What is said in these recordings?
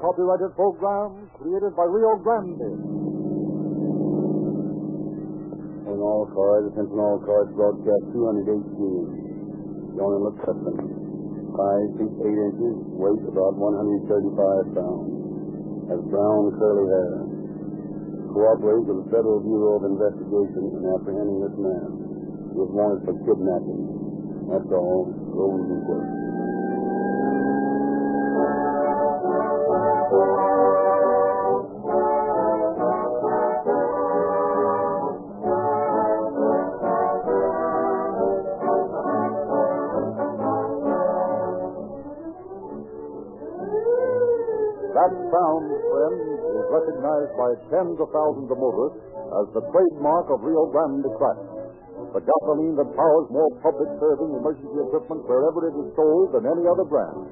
copyrighted program created by Rio Grande. In all cars, attention all cars, broadcast 218. Johnny McCutcheon, 5 feet 8 inches, weight about 135 pounds. Has brown curly hair. Cooperates with the Federal Bureau of Investigation in apprehending this man. He is wanted for kidnapping. That's all. Go easy, sir. That sound, friends, is recognized by tens of thousands of motorists as the trademark of Rio Grande Crack. The gasoline that powers more public serving emergency equipment wherever it is sold than any other brand.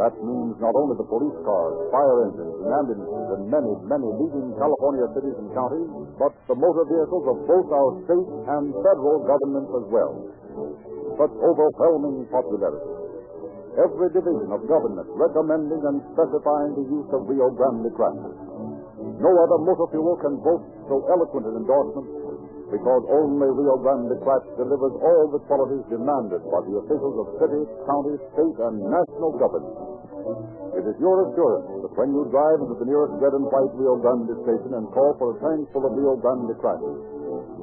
That means not only the police cars, fire engines, and ambulances in many, many leading California cities and counties, but the motor vehicles of both our state and federal governments as well. Such overwhelming popularity every division of government recommending and specifying the use of Rio Grande crackers. No other motor fuel can boast so eloquent an endorsement because only Rio Grande Crack delivers all the qualities demanded by the officials of city, county, state, and national government. It is your assurance that when you drive into the nearest red and white Rio Grande station and call for a tankful of Rio Grande crackers,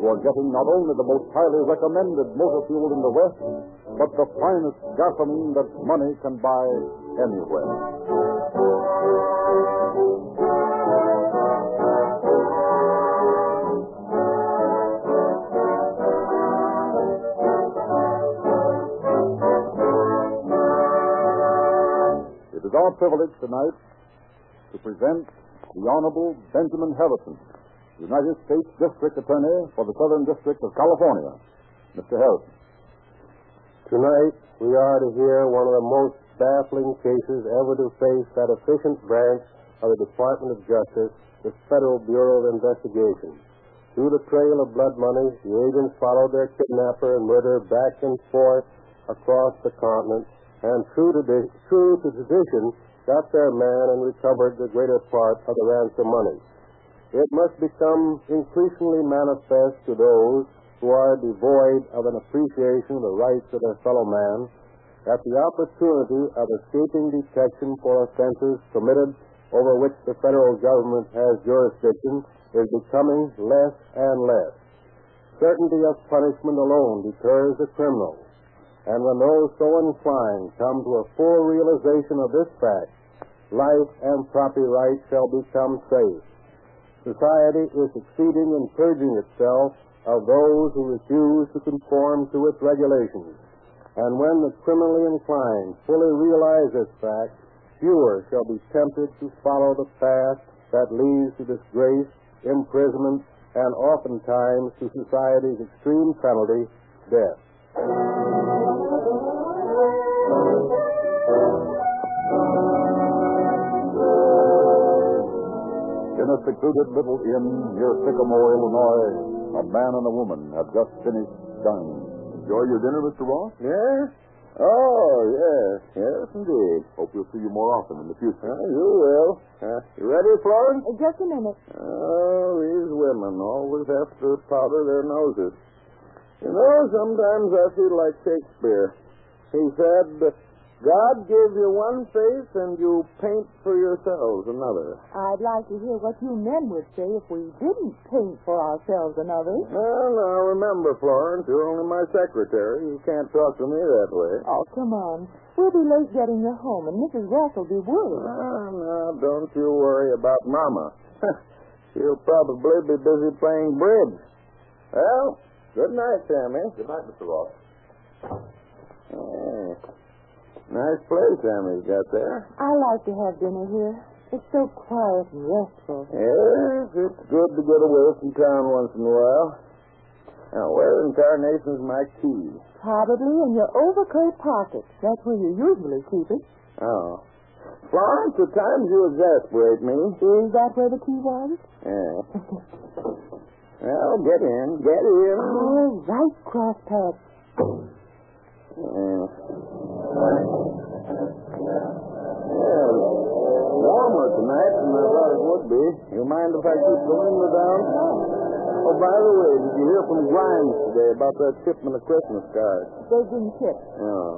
you are getting not only the most highly recommended motor fuel in the West, but the finest gasoline that money can buy anywhere. It is our privilege tonight to present the Honorable Benjamin Harrison, United States District Attorney for the Southern District of California. Mr. Harrison. Tonight, we are to hear one of the most baffling cases ever to face that efficient branch of the Department of Justice, the Federal Bureau of Investigation. Through the trail of blood money, the agents followed their kidnapper and murderer back and forth across the continent, and true to, di- true to tradition, got their man and recovered the greater part of the ransom money. It must become increasingly manifest to those who are devoid of an appreciation of the rights of their fellow man, that the opportunity of escaping detection for offenses committed over which the federal government has jurisdiction is becoming less and less. Certainty of punishment alone deters the criminal, and when those so inclined come to a full realization of this fact, life and property rights shall become safe. Society is succeeding in purging itself of those who refuse to conform to its regulations. And when the criminally inclined fully realize this fact, fewer shall be tempted to follow the path that leads to disgrace, imprisonment, and oftentimes to society's extreme penalty, death. In a secluded little inn near Sycamore, Illinois, a man and a woman have just finished dining. Enjoy your dinner, Mr. Ross? Yes? Oh, yes. Yes, indeed. Hope we'll see you more often in the future. Ah, you will. Uh, you ready, Florence? Uh, Just a minute. Oh, these women always have to powder their noses. You know, sometimes I feel like Shakespeare. He said, God gave you one face and you paint for yourselves another. I'd like to hear what you men would say if we didn't paint for ourselves another. Well, now remember, Florence, you're only my secretary. You can't talk to me that way. Oh, come on. We'll be late getting you home, and Mrs. Ross will be worried. Ah, now, don't you worry about Mama. She'll probably be busy playing bridge. Well, good night, Sammy. Good night, Mr. Ross. Yeah. Nice place Sammy's got there. I like to have dinner here. It's so quiet and restful. Yes, it's good to get away from town once in a while. Now, where in carnation's my key? Probably in your overcoat pocket. That's where you usually keep it. Oh. Florence, at times you exasperate me. Hmm? Is that where the key was? Yeah. well, get in. Get in. Oh, right cross path. Yeah. Yeah. Warmer tonight. tonight, and I thought it would be. You mind if I keep the window down? Oh, by the way, did you hear from Grimes today about that shipment of Christmas cards? They've been tipped. Yeah.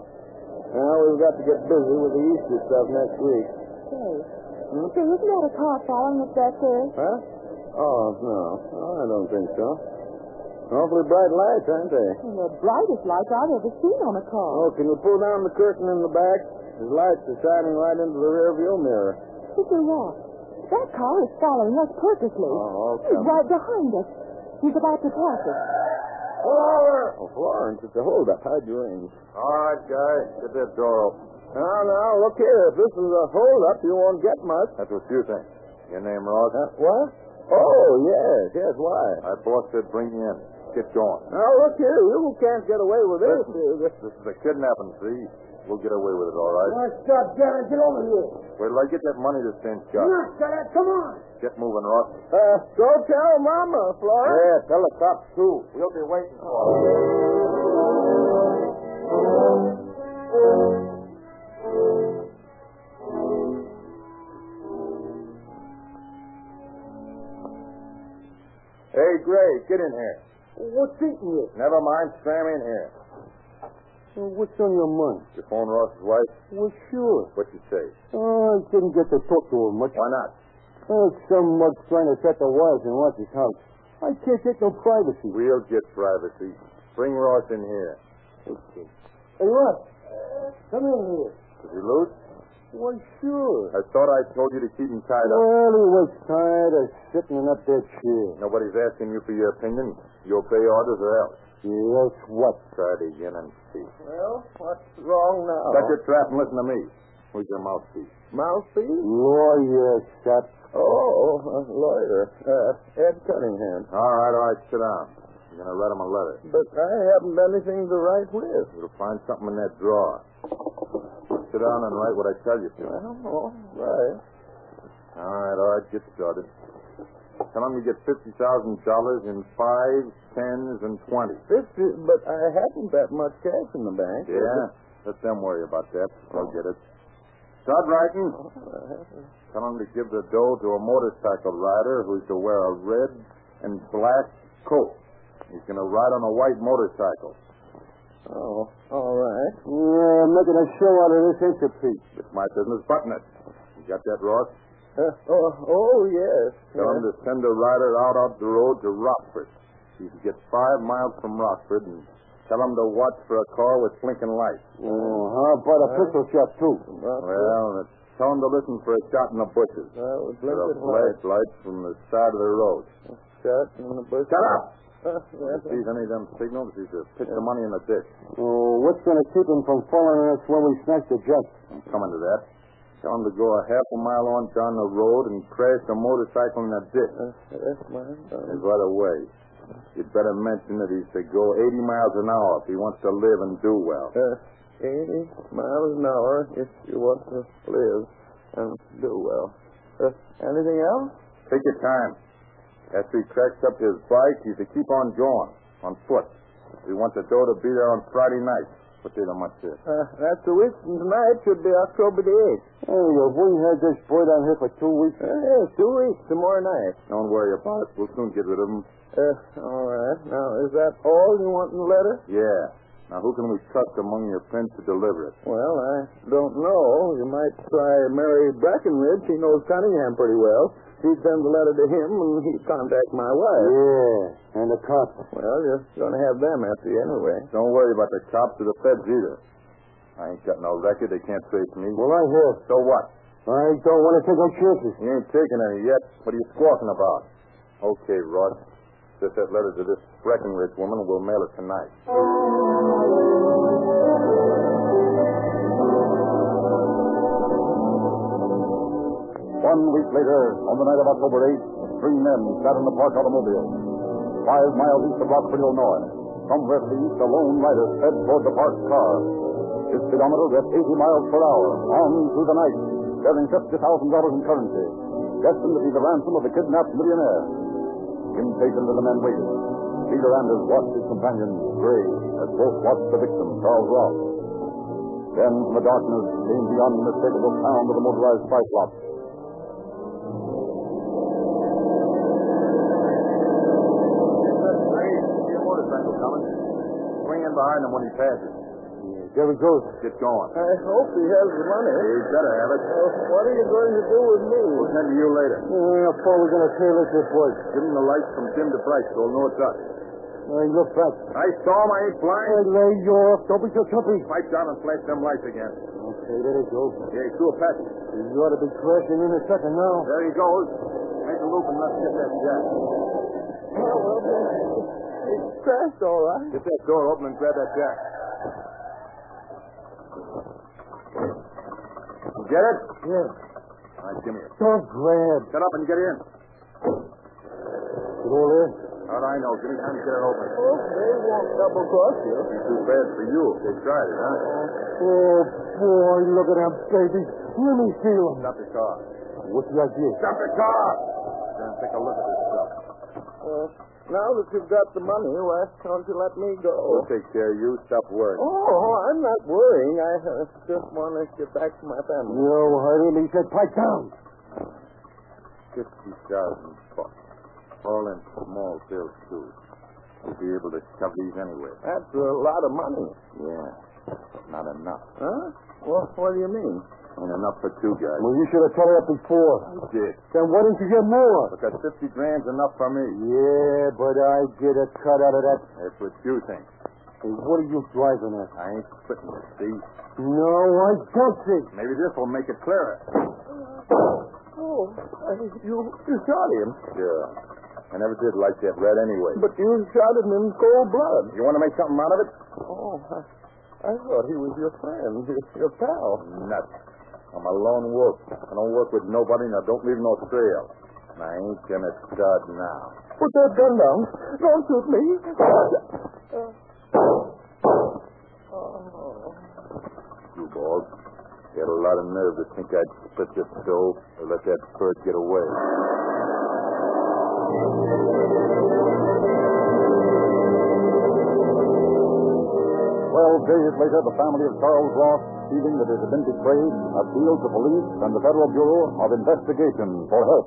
Now we've got to get busy with the Easter stuff next week. Say, say, isn't that a car following us back there? Huh? Oh, no. Oh, I don't think so. Awfully bright lights, aren't they? And the brightest light I've ever seen on a car. Oh, can you pull down the curtain in the back? The lights are shining right into the rearview mirror. Mr. Ross, that car is following us purposely. Oh, okay. He's right behind us. He's about to pass us. Oh, Florence, it's a holdup. How'd you ring? All right, guys, get that door open. Now, now, look here. If this is a holdup, you won't get much. That's what you think. Your name, Ross? Uh, what? Oh, yes, yes. Why? I busted. Bring you in. Get going. Now, look here. You can't get away with this. This is a kidnapping, see? We'll get away with it, all right? Nice job, Janet. Get over here. Wait till I get that money to send Chuck. Knock, Janet. Come on. Get moving, Ross. Uh, go tell Mama, Florence. Yeah, tell the cops, too. We'll be waiting for them. Hey, Gray, get in here. What's eating you? Never mind, Sam in here. what's on your mind? You phone Ross's wife? Well, sure. What you say? Oh, I didn't get to talk to her much. Why not? Oh, some mug's trying to set the wires in Ross's house. I can't get no privacy. We'll get privacy. Bring Ross in here. Hey, Russ. Come in here. Is he loose? Well, sure. I thought I told you to keep him tied up. Well, he was tired of sitting in up that chair. Nobody's asking you for your opinion. You obey orders or else. Yes, what? Try it again and see. Well, what's wrong now? Shut your trap and listen to me. Where's your mouthpiece? Mouthpiece? Lawyer, shut. Oh, lawyer. Uh, Ed Cunningham. All right, all right, sit down. I'm going to write him a letter. But I haven't anything to write with. You'll find something in that drawer. Sit down and write what I tell you to. Oh, All right. All right, all right, get started. Tell him you get $50,000 in fives, tens, and twenties. Fifty, but I haven't that much cash in the bank. Yeah? Let them worry about that. I'll get it. Start writing. Tell him to give the dough to a motorcycle rider who's to wear a red and black coat. He's going to ride on a white motorcycle. Oh, all right. Yeah, making a show out of this incipit. It's my business, button it. You got that, Ross? Uh, oh, oh, yes. Tell him to send a rider out off the road to Rockford. He's to get five miles from Rockford and tell him to watch for a car with blinking lights. Oh, how about a pistol shot, too? Well, tell him to listen for a shot in the bushes. that was There are flashlights from the side of the road. Shot in the bush. Shut up! If oh, he's any of them signals, he's to pitch the money in the ditch. what's going to keep him from following us when we snatch the junk? I'm coming to that. Tell him to go a half a mile on down the road and crash a motorcycle in a ditch. Uh, That's mine. And right away, you'd better mention that he's to go 80 miles an hour if he wants to live and do well. Uh, 80 miles an hour if you want to live and do well. Uh, anything else? Take your time. After he cracks up his bike, he's to keep on going on foot. We want the dough to be there on Friday night. What day of the month is it? Uh, that's a week from tonight. Should be October the 8th. Hey, if we had this boy down here for two weeks. Uh, yeah, two weeks tomorrow night. Don't worry about it. We'll soon get rid of him. Uh, all right. Now, is that all you want in the letter? Yeah. Now, who can we trust among your friends to deliver it? Well, I don't know. You might try Mary Brackenridge. She knows Cunningham pretty well. She'd send the letter to him, and he'd contact my wife. Yeah, and the cops. Well, you're going to have them after you anyway. Don't worry about the cops or the feds either. I ain't got no record. They can't trace me. Well, I have. So what? I don't want to take no chances. You ain't taking any yet. What are you squawking about? Okay, Ross. Just that letter to this Breckenridge woman. We'll mail it tonight. Oh. One week later, on the night of October 8th, three men sat in the park automobile. Five miles east of Rockford, Illinois, somewhere to the east, a lone rider sped toward the parked car. His speedometer read 80 miles per hour, on through the night, bearing $50,000 in currency, destined to be the ransom of the kidnapped millionaire. Impatient of the men waited, Peter Anders watched his companion, Gray, as both watched the victim, Charles Ross. Then, from the darkness, came the unmistakable sound of the motorized cyclops. stand behind him when he passes. Here we go. Get going. I hope he has the money. He better have it. Well, what are you going to do with me? We'll send to you later. Yeah, Paul, we're going to tail it this way. Give him the lights from Jim to Price so he'll know it's us. Now, you look back. I saw him. I ain't blind. lay you off. Don't be so jumpy. Pipe down and flash them lights again. Okay, there it goes. Yeah, he's through a passage. You ought to be crashing in a second now. There he goes. Make a loop and let's get that jack. Well, well, he crashed all right. Get that door open and grab that jack. You get it? Yeah. All right, give me it. Don't grab. Shut up and get in. You know there? How'd I know? Give me time to get it open. Oh, they won't double cross you. Be too bad for you if they tried it, huh? Oh, boy, look at that baby. Let me see him. Stop the car. What's the idea? Stop the car! Then take a look at this stuff. Uh, now that you've got the money, why don't you let me go? We'll take care of you. Stop worrying. Oh, I'm not worrying. I uh, just want to get back to my family. No, I really said pipe down. 50,000 bucks. All in small bills, too. You'll be able to shove these anywhere. That's a lot of money. Yeah. But not enough. Huh? Well, what do you mean? Ain't enough for two guys. Well, you should have told her before. Did. Then why didn't you get more? Because 50 grand's enough for me. Yeah, but I get a cut out of that. That's what you think. Hey, what are you driving at? I ain't quitting it, see? No, I don't see. Maybe this will make it clearer. Oh, uh, you, you shot him. Sure. I never did like that red anyway. But you shot him in cold blood. You want to make something out of it? Oh, I, I thought he was your friend, your, your pal. Nuts. I'm a lone wolf. I don't work with nobody and I don't leave no trail. And I ain't gonna start now. Put that gun down. Don't shoot me. Oh. You balls. You had a lot of nerve to think I'd split your stove or let that bird get away. Twelve days later, the family of Charles Ross, feeling that it had been betrayed, appealed to police and the Federal Bureau of Investigation for help.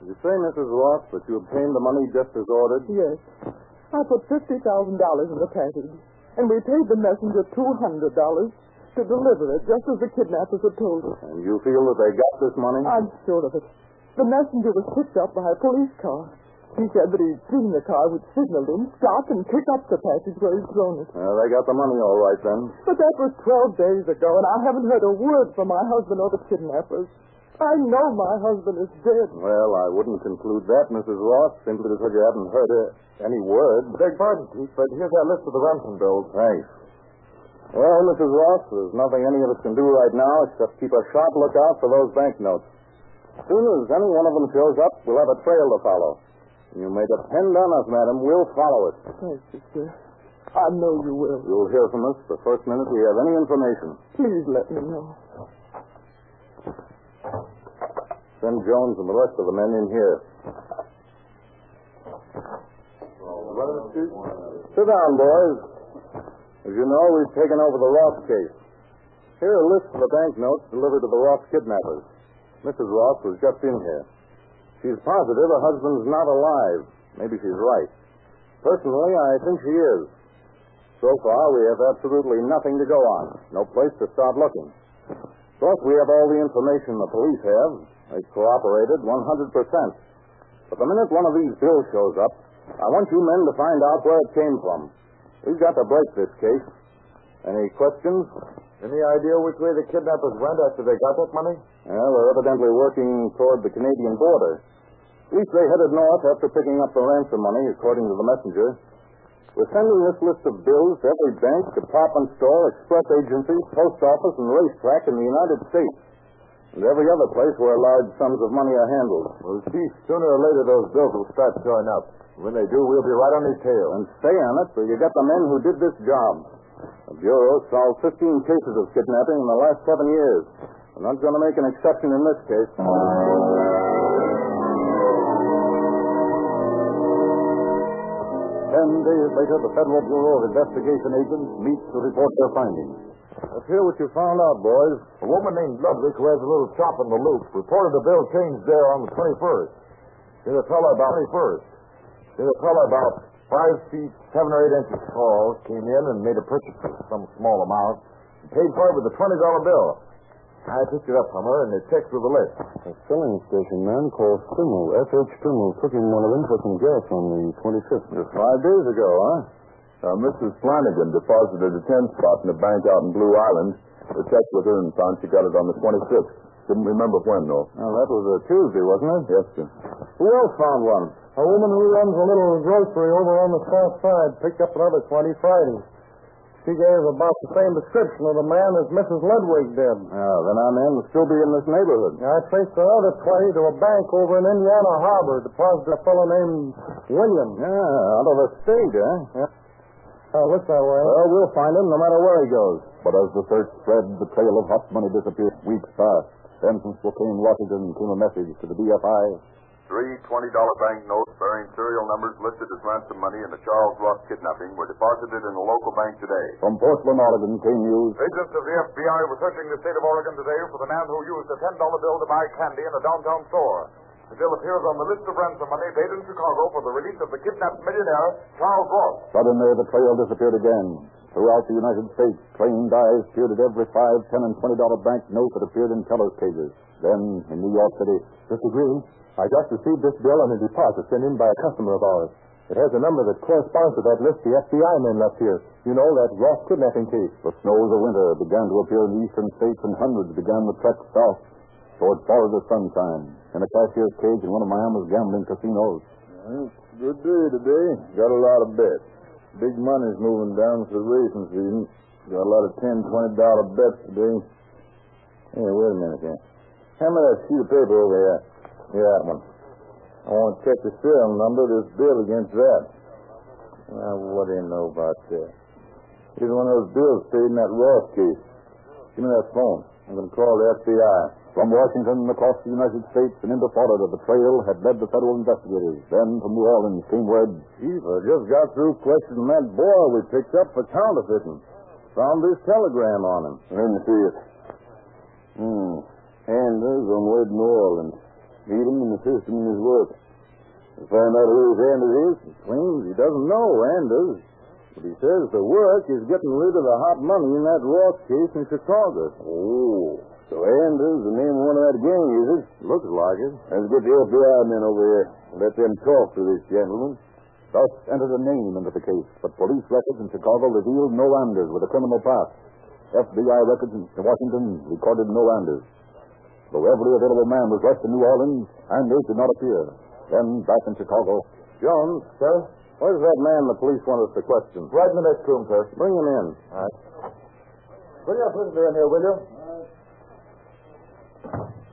You say, Mrs. Ross, that you obtained the money just as ordered. Yes. I put $50,000 in the package, and we paid the messenger $200 to deliver it, just as the kidnappers had told us. And you feel that they got this money? I'm sure of it. The messenger was picked up by a police car. He said that he'd seen the car which signaled him, stop, and pick up the package where he'd thrown it. Well, they got the money all right then. But that was 12 days ago, and I haven't heard a word from my husband or the kidnappers. I know my husband is dead. Well, I wouldn't conclude that, Mrs. Ross, simply because you haven't heard uh, any word. Beg pardon, Chief, but here's our list of the ransom bills. Thanks. Well, Mrs. Ross, there's nothing any of us can do right now except keep a sharp lookout for those banknotes. As soon as any one of them shows up, we'll have a trail to follow. You may depend on us, madam. We'll follow it. Thank you, sir. I know you will. You'll hear from us the first minute we have any information. Please let me know. Send Jones and the rest of the men in here. Sit down, boys. As you know, we've taken over the Ross case. Here are lists of the banknotes delivered to the Ross kidnappers. Mrs. Ross was just in here. She's positive her husband's not alive. Maybe she's right. Personally, I think she is. So far, we have absolutely nothing to go on, no place to start looking. Of course, we have all the information the police have. They cooperated 100%. But the minute one of these bills shows up, I want you men to find out where it came from. We've got to break this case. Any questions? Any idea which way the kidnappers went after they got that money? Well, they're evidently working toward the Canadian border. At least they headed north after picking up the ransom money, according to the messenger. We're sending this list of bills to every bank, department store, express agency, post office, and racetrack in the United States. And every other place where large sums of money are handled. Well, Chief, sooner or later those bills will start showing up. When they do, we'll be right on his tail. And stay on it till you get the men who did this job. The Bureau solved 15 cases of kidnapping in the last seven years. We're not going to make an exception in this case. Ten days later, the Federal Bureau of Investigation agents meet to report their findings. Let's hear what you found out, boys. A woman named Ludwig, who has a little shop in the loop, reported the bill changed there on the 21st. She's a fellow about 21st. She's a fellow about Five feet, seven or eight inches tall, came in and made a purchase of some small amount, and paid for it with a $20 bill. I picked it up from her, and the checks were the list. A filling station man called Fimmel, F.H. Fimmel, took in one of them for some gas on the 25th. Just five days ago, huh? Now, Mrs. Flanagan deposited a 10 spot in a bank out in Blue Island. We checked with her and found she got it on the 26th. Didn't remember when, though. Now, that was a Tuesday, wasn't it? Yes, sir. Who else found one? A woman who runs a little grocery over on the south side picked up another 20 Friday. She gave about the same description of the man as Mrs. Ludwig did. Yeah, Uh, then our man will still be in this neighborhood. I traced the other 20 to a bank over in Indiana Harbor, deposited a fellow named William. Yeah, out of the state, eh? Uh, looks that way. Well, we'll find him no matter where he goes. But as the search spread, the trail of hot money disappeared weeks fast. Then from Spokane, Washington, came a message to the BFI. Three $20 banknotes bearing serial numbers listed as ransom money in the Charles Ross kidnapping were deposited in a local bank today. From Portland, Oregon, came news. Agents of the FBI were searching the state of Oregon today for the man who used a $10 bill to buy candy in a downtown store. The bill appears on the list of ransom money paid in Chicago for the release of the kidnapped millionaire, Charles Ross. Suddenly, the trail disappeared again. Throughout the United States, trained eyes peered at every five, ten, and twenty dollar bank note that appeared in tellers' cages. Then, in New York City, Mr. Green, I just received this bill on a deposit sent in by a customer of ours. It has a number that corresponds to that list the FBI men left here. You know, that Ross kidnapping case. the snows of winter began to appear in the eastern states, and hundreds began the trek south toward Florida sunshine, in a cashier's cage in one of Miami's gambling casinos. Good day today. Got a lot of bets. Big money's moving down for the racing season. Got a lot of ten, twenty dollar bets today. Hey, wait a minute here. Hand me that sheet of paper over here. Yeah, that one. I want to check the serial number of this bill against that. Now, what do you know about that? Here's one of those bills paid in that Ross case. Give me that phone. I'm going to call the FBI. From Washington across the United States and into Florida, the trail had led the federal investigators. Then from New Orleans came word Chief, I just got through questioning that boy we picked up for counterfeiting. Found this telegram on him. Let me see it. Hmm. Anders on way to New Orleans. Meet him and assist him in his work. We find out who this Anders is. He claims he doesn't know Anders, but he says the work is getting rid of the hot money in that Ross case in Chicago. Oh. So Anders, the name of one of that gang, is it? Looks like it. Let's get the FBI men over here. Let them talk to this gentleman. Thus entered a name into the case, but police records in Chicago revealed no Anders with a criminal past. FBI records in Washington recorded no Anders. Though every available man was rushed to New Orleans, Anders did not appear. Then, back in Chicago, Jones, sir? Where's that man the police want us to question? Right in the next room, sir. Bring him in. All right. Bring your prisoner in here, will you?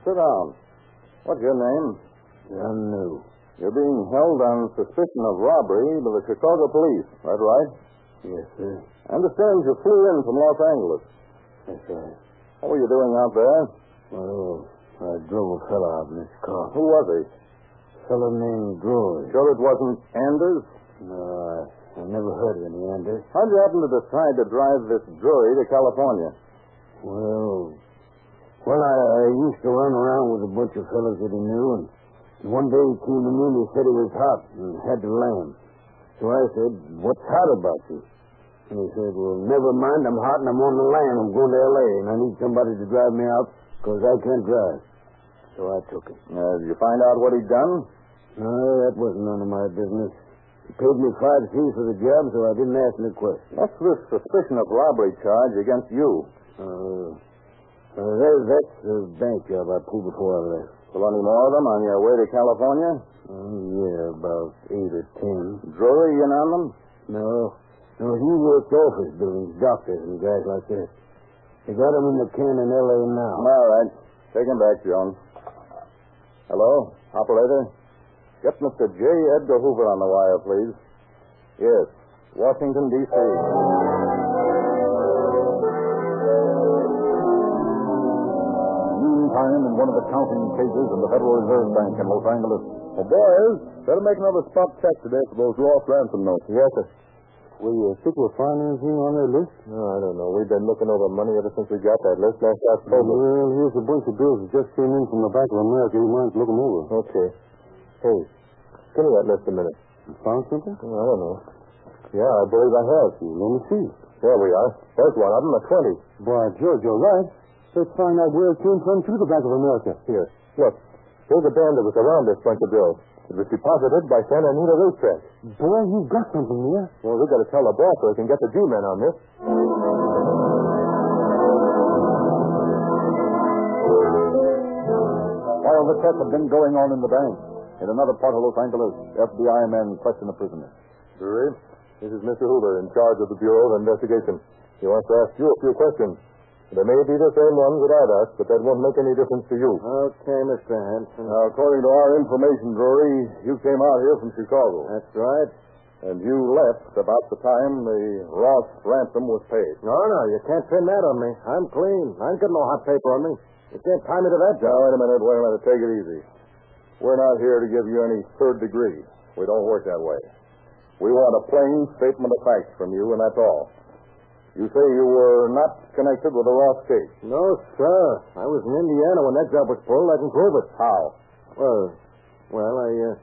Sit down. What's your name? John New. You're being held on suspicion of robbery by the Chicago police. That right? Yes, sir. I understand you flew in from Los Angeles. That's right. What were you doing out there? Well, I drove a fellow out in this car. Who was he? fellow named Groy. Sure it wasn't Anders? No, I, I never heard of any Anders. How'd you happen to decide to drive this jury to California? Well, well, I, I used to run around with a bunch of fellows that he knew, and one day he came to me and he said he was hot and had to land. So I said, what's hot about you? And he said, well, never mind, I'm hot and I'm on the land. I'm going to L.A., and I need somebody to drive me out because I can't drive. So I took it. Uh, did you find out what he'd done? No, that wasn't none of my business. He paid me five C for the job, so I didn't ask no questions. What's this suspicion of robbery charge against you? Uh, uh, that, that's the bank job I pulled before I left. Will any more of them on your way to California? Uh, yeah, about eight or ten. Drury in on them? No, no, he worked office buildings, doctors, and guys like that. They got him in the can in L.A. now. All right. Take him back, Jones. Hello? Operator? Get Mr. J. Edgar Hoover on the wire, please. Yes. Washington, D.C. meantime, in one of the counting cages in the Federal Reserve Bank in Los Angeles. Well, Oh, boys, better make another spot check today for those lost ransom notes. Yes, sir. We uh, think we'll find anything on their list. No, I don't know. We've been looking over money ever since we got that list last October. Oh, Well, here's a bunch of bills that just came in from the Bank of America. You might look them over. Okay. Hey, give me that list a minute. You found something? I don't know. Yeah, I believe I have. Let me see. There we are. There's one of them, a 20. Why, George, you're right. Let's find out where it came from through the Bank of America. Here, look. Here's a band that was around this bunch of girls. It was deposited by Santa Anita Racetrack. Boy, you've got something here. Well, we've got to tell the boss so we can get the G-men on this. While the check had been going on in the bank, in another part of Los Angeles, FBI men questioned the prisoner. Jury, this is Mr. Hoover in charge of the Bureau of Investigation. He wants to ask you a few questions. They may be the same ones that I've asked, but that won't make any difference to you. Okay, Mr. Hanson. Now, according to our information, Drury, you came out here from Chicago, That's right. and you left about the time the Ross ransom was paid. No, no, you can't pin that on me. I'm clean. I ain't got no hot paper on me. You can't tie me to that Now, job. wait a minute, wait a minute. Take it easy. We're not here to give you any third degree. We don't work that way. We want a plain statement of facts from you, and that's all. You say you were not connected with the Ross case. No, sir. I was in Indiana when that job was pulled. I can prove it. How? Well, well, I, uh,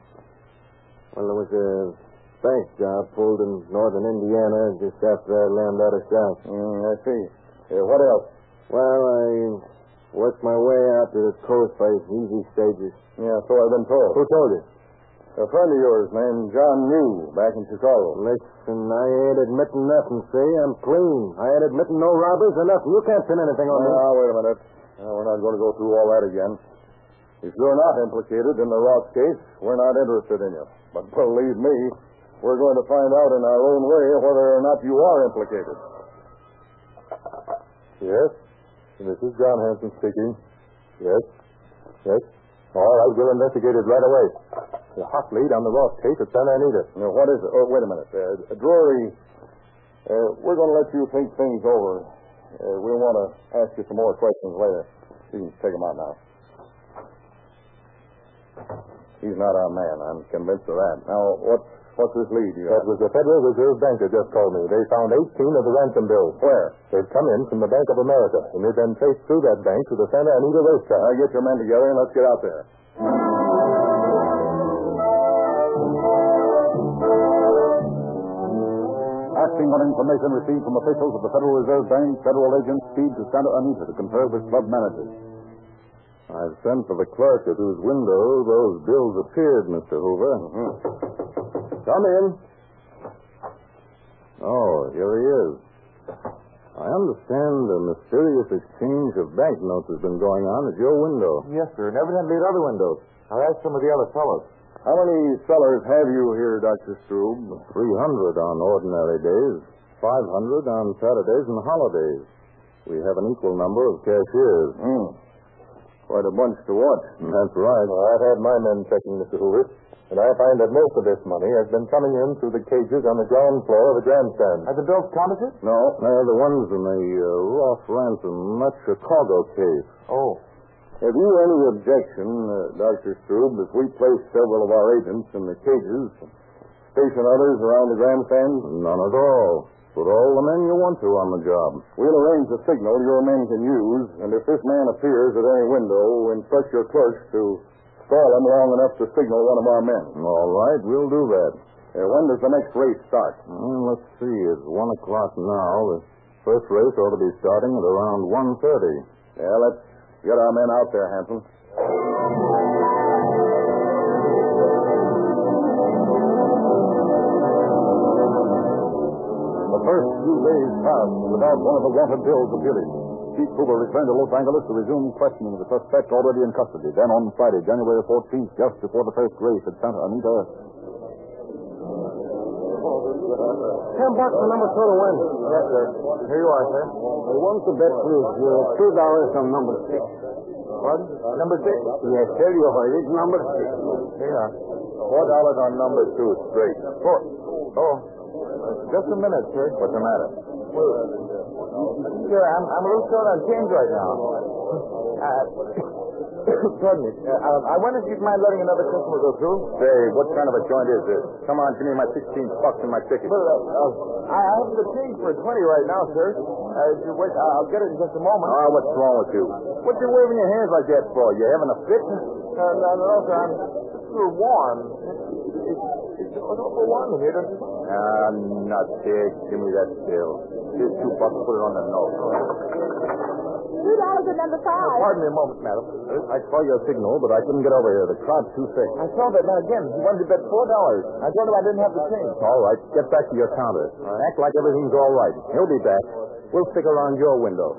well, there was a bank job pulled in northern Indiana just after I landed out of South. Mm, I see. Uh, what else? Well, I worked my way out to the coast by easy stages. Yeah, so I've been told. Who told you? A friend of yours named John New back in Chicago. Listen, I ain't admitting nothing, see? I'm clean. I ain't admitting no robberies or nothing. You can't pin anything on me. Now, Ah, wait a minute. Now, we're not going to go through all that again. If you're not implicated in the Ross case, we're not interested in you. But believe me, we're going to find out in our own way whether or not you are implicated. Yes? This is John Hanson speaking. Yes? Yes? All right, we'll investigate it right away. The hot lead on the Ross case at Santa Anita. Now, what is it? Oh, wait a minute. Uh, Drury, uh, we're going to let you think things over. Uh, we want to ask you some more questions later. You can take them out now. He's not our man. I'm convinced of that. Now, what, what's this lead you That have? was the Federal Reserve Banker just called me. They found 18 of the ransom bills. Where? They've come in from the Bank of America, and they've been traced through that bank to the Santa Anita racetrack. Now, get your men together and let's get out there. Acting on information received from officials of the Federal Reserve Bank, federal agents speed to Santa Anita to confer with club managers. I've sent for the clerk at whose window those bills appeared, Mr. Hoover. Hmm. Come in. Oh, here he is. I understand a mysterious exchange of banknotes has been going on at your window. Yes, sir, and evidently at other windows. I asked some of the other fellows. How many sellers have you here, Dr. Strube? 300 on ordinary days, 500 on Saturdays and holidays. We have an equal number of cashiers. Hmm. Quite a bunch to watch. That's right. Well, I've had my men checking, Mr. Hoover, and I find that most of this money has been coming in through the cages on the ground floor of the grandstand. Have the bills counted it? No, they're the ones in the uh, Ross Ransom, not Chicago case. Oh. Have you any objection, uh, Dr. Strube, if we place several of our agents in the cages, station others around the grandstand? None at all. Put all the men you want to on the job. We'll arrange a signal your men can use, and if this man appears at any window, instruct your clerks to stall him long enough to signal one of our men. All right, we'll do that. when does the next race start? let's see, it's one o'clock now. The first race ought to be starting at around one thirty. Yeah, let's get our men out there, Hanson. The first few days passed without one of the wanted bills appearing. Chief Hoover returned to Los Angeles to resume questioning the suspect already in custody. Then on Friday, January 14th, just before the first race at Santa Anita, Ten bucks for number two to win. Yes, sir. Here you are, sir. He wants to bet please. Uh, two dollars on number six. What? Number six? Yes, sir. You heard it. Number six. Yeah. Four dollars on number two straight. Four. Oh. Just a minute, sir. What's the matter? Sir, I'm, I'm a little short on change right now. Uh, pardon me. Uh, um, I wonder if you'd mind letting another customer go through. Say, what kind of a joint is this? Come on, give me my sixteen bucks and my ticket. Well, uh, uh, I I have the change for 20 right now, sir. Uh, if you wait, uh, I'll get it in just a moment. Ah, what's wrong with you? What you waving your hands like that Uh, for? You having a fit? No, no, no, sir. I'm a little warm. It's, it's Well, don't go on here, don't you? Ah, not there. Give me that bill. Here's two bucks. Put it on the nose. Two dollars at number five. Pardon me a moment, madam. I saw your signal, but I couldn't get over here. The crowd's too thick. I saw that. Now, again, he wanted to bet four dollars. I told him I didn't have the change. All right, get back to your counter. Act like everything's all right. He'll be back. We'll stick around your window.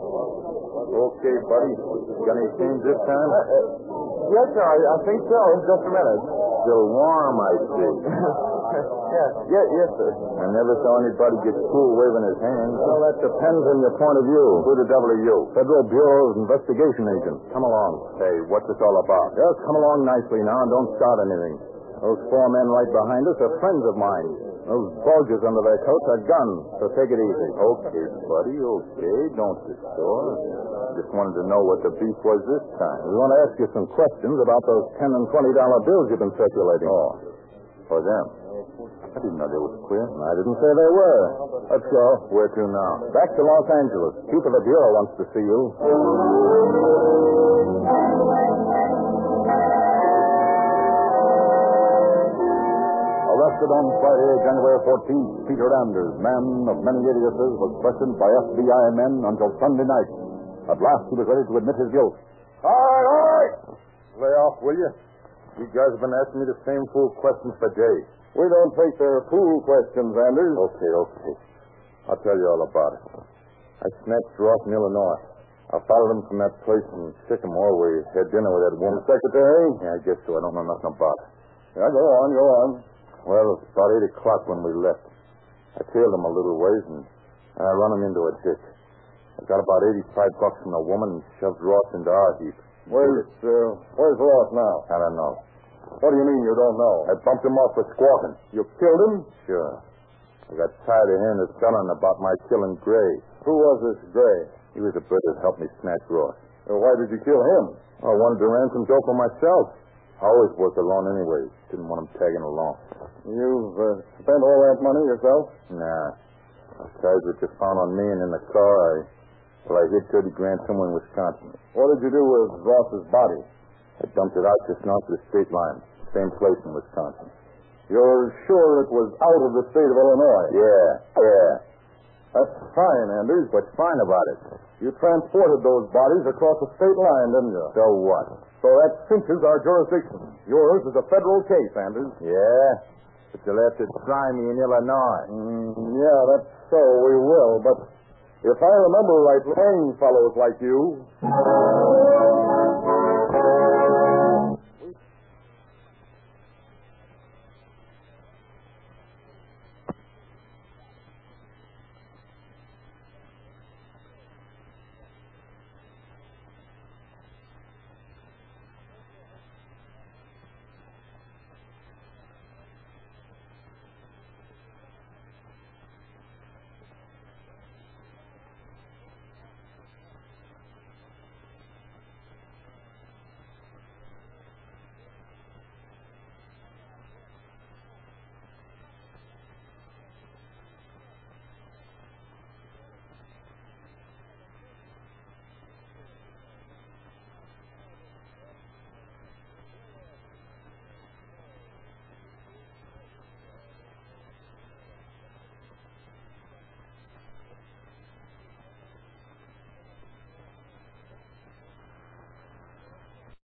Okay, buddy. Got any change this time? Yes, sir, I, I think so. Just a minute. Still warm, I see. yes, yes, yes, sir. I never saw anybody get cool waving his hand. Well, that depends on your point of view. Who the devil are you? Federal Bureau of Investigation agent. Come along. Hey, what's this all about? Just come along nicely now and don't start anything. Those four men right behind us are friends of mine. Those bulges under their coats are guns, so take it easy. Okay, buddy, okay. Don't distort. Just wanted to know what the beef was this time. We want to ask you some questions about those ten and twenty dollar bills you've been circulating. Oh. For them. I didn't know they were queer. I didn't say they were. Let's go. Where to now? Back to Los Angeles. Chief of the Bureau wants to see you. Arrested on Friday, January 14th, Peter Anders, man of many idiocies, was questioned by FBI men until Sunday night. At last, he was ready to admit his guilt. All right, all right. Lay off, will you? You guys have been asking me the same fool questions for days. We don't think they're fool questions, Anders. Okay, okay. I'll tell you all about it. I snatched her off in Illinois. I followed him from that place in Sycamore where he had dinner with that woman. Secretary? Yeah, I guess so. I don't know nothing about it. Yeah, go on, go on. Well, it's about 8 o'clock when we left. I tailed him a little ways and, and I run him into a ditch. I got about 85 bucks from the woman and shoved Ross into our heap. Where's, uh, where's Ross now? I don't know. What do you mean you don't know? I bumped him off for squawking. You killed him? Sure. I got tired of hearing his telling about my killing Gray. Who was this Gray? He was the bird that helped me snatch Ross. Uh, why did you kill him? I wanted to ransom dough for myself. I always worked alone anyway. Didn't want him tagging along. You've uh, spent all that money yourself? Nah. I tried what you found on me and in the car. I, well, I hid 30 grand somewhere in Wisconsin. What did you do with Ross's body? I dumped it out just north of the state line. Same place in Wisconsin. You're sure it was out of the state of Illinois? Yeah, yeah. That's fine, Anders. What's fine about it? You transported those bodies across the state line, didn't you? So what? So that cinches our jurisdiction. Yours is a federal case, Anders. Yeah? But you'll have to try me in Illinois. Mm, yeah, that's so. We will. But if I remember right, Lang follows like you.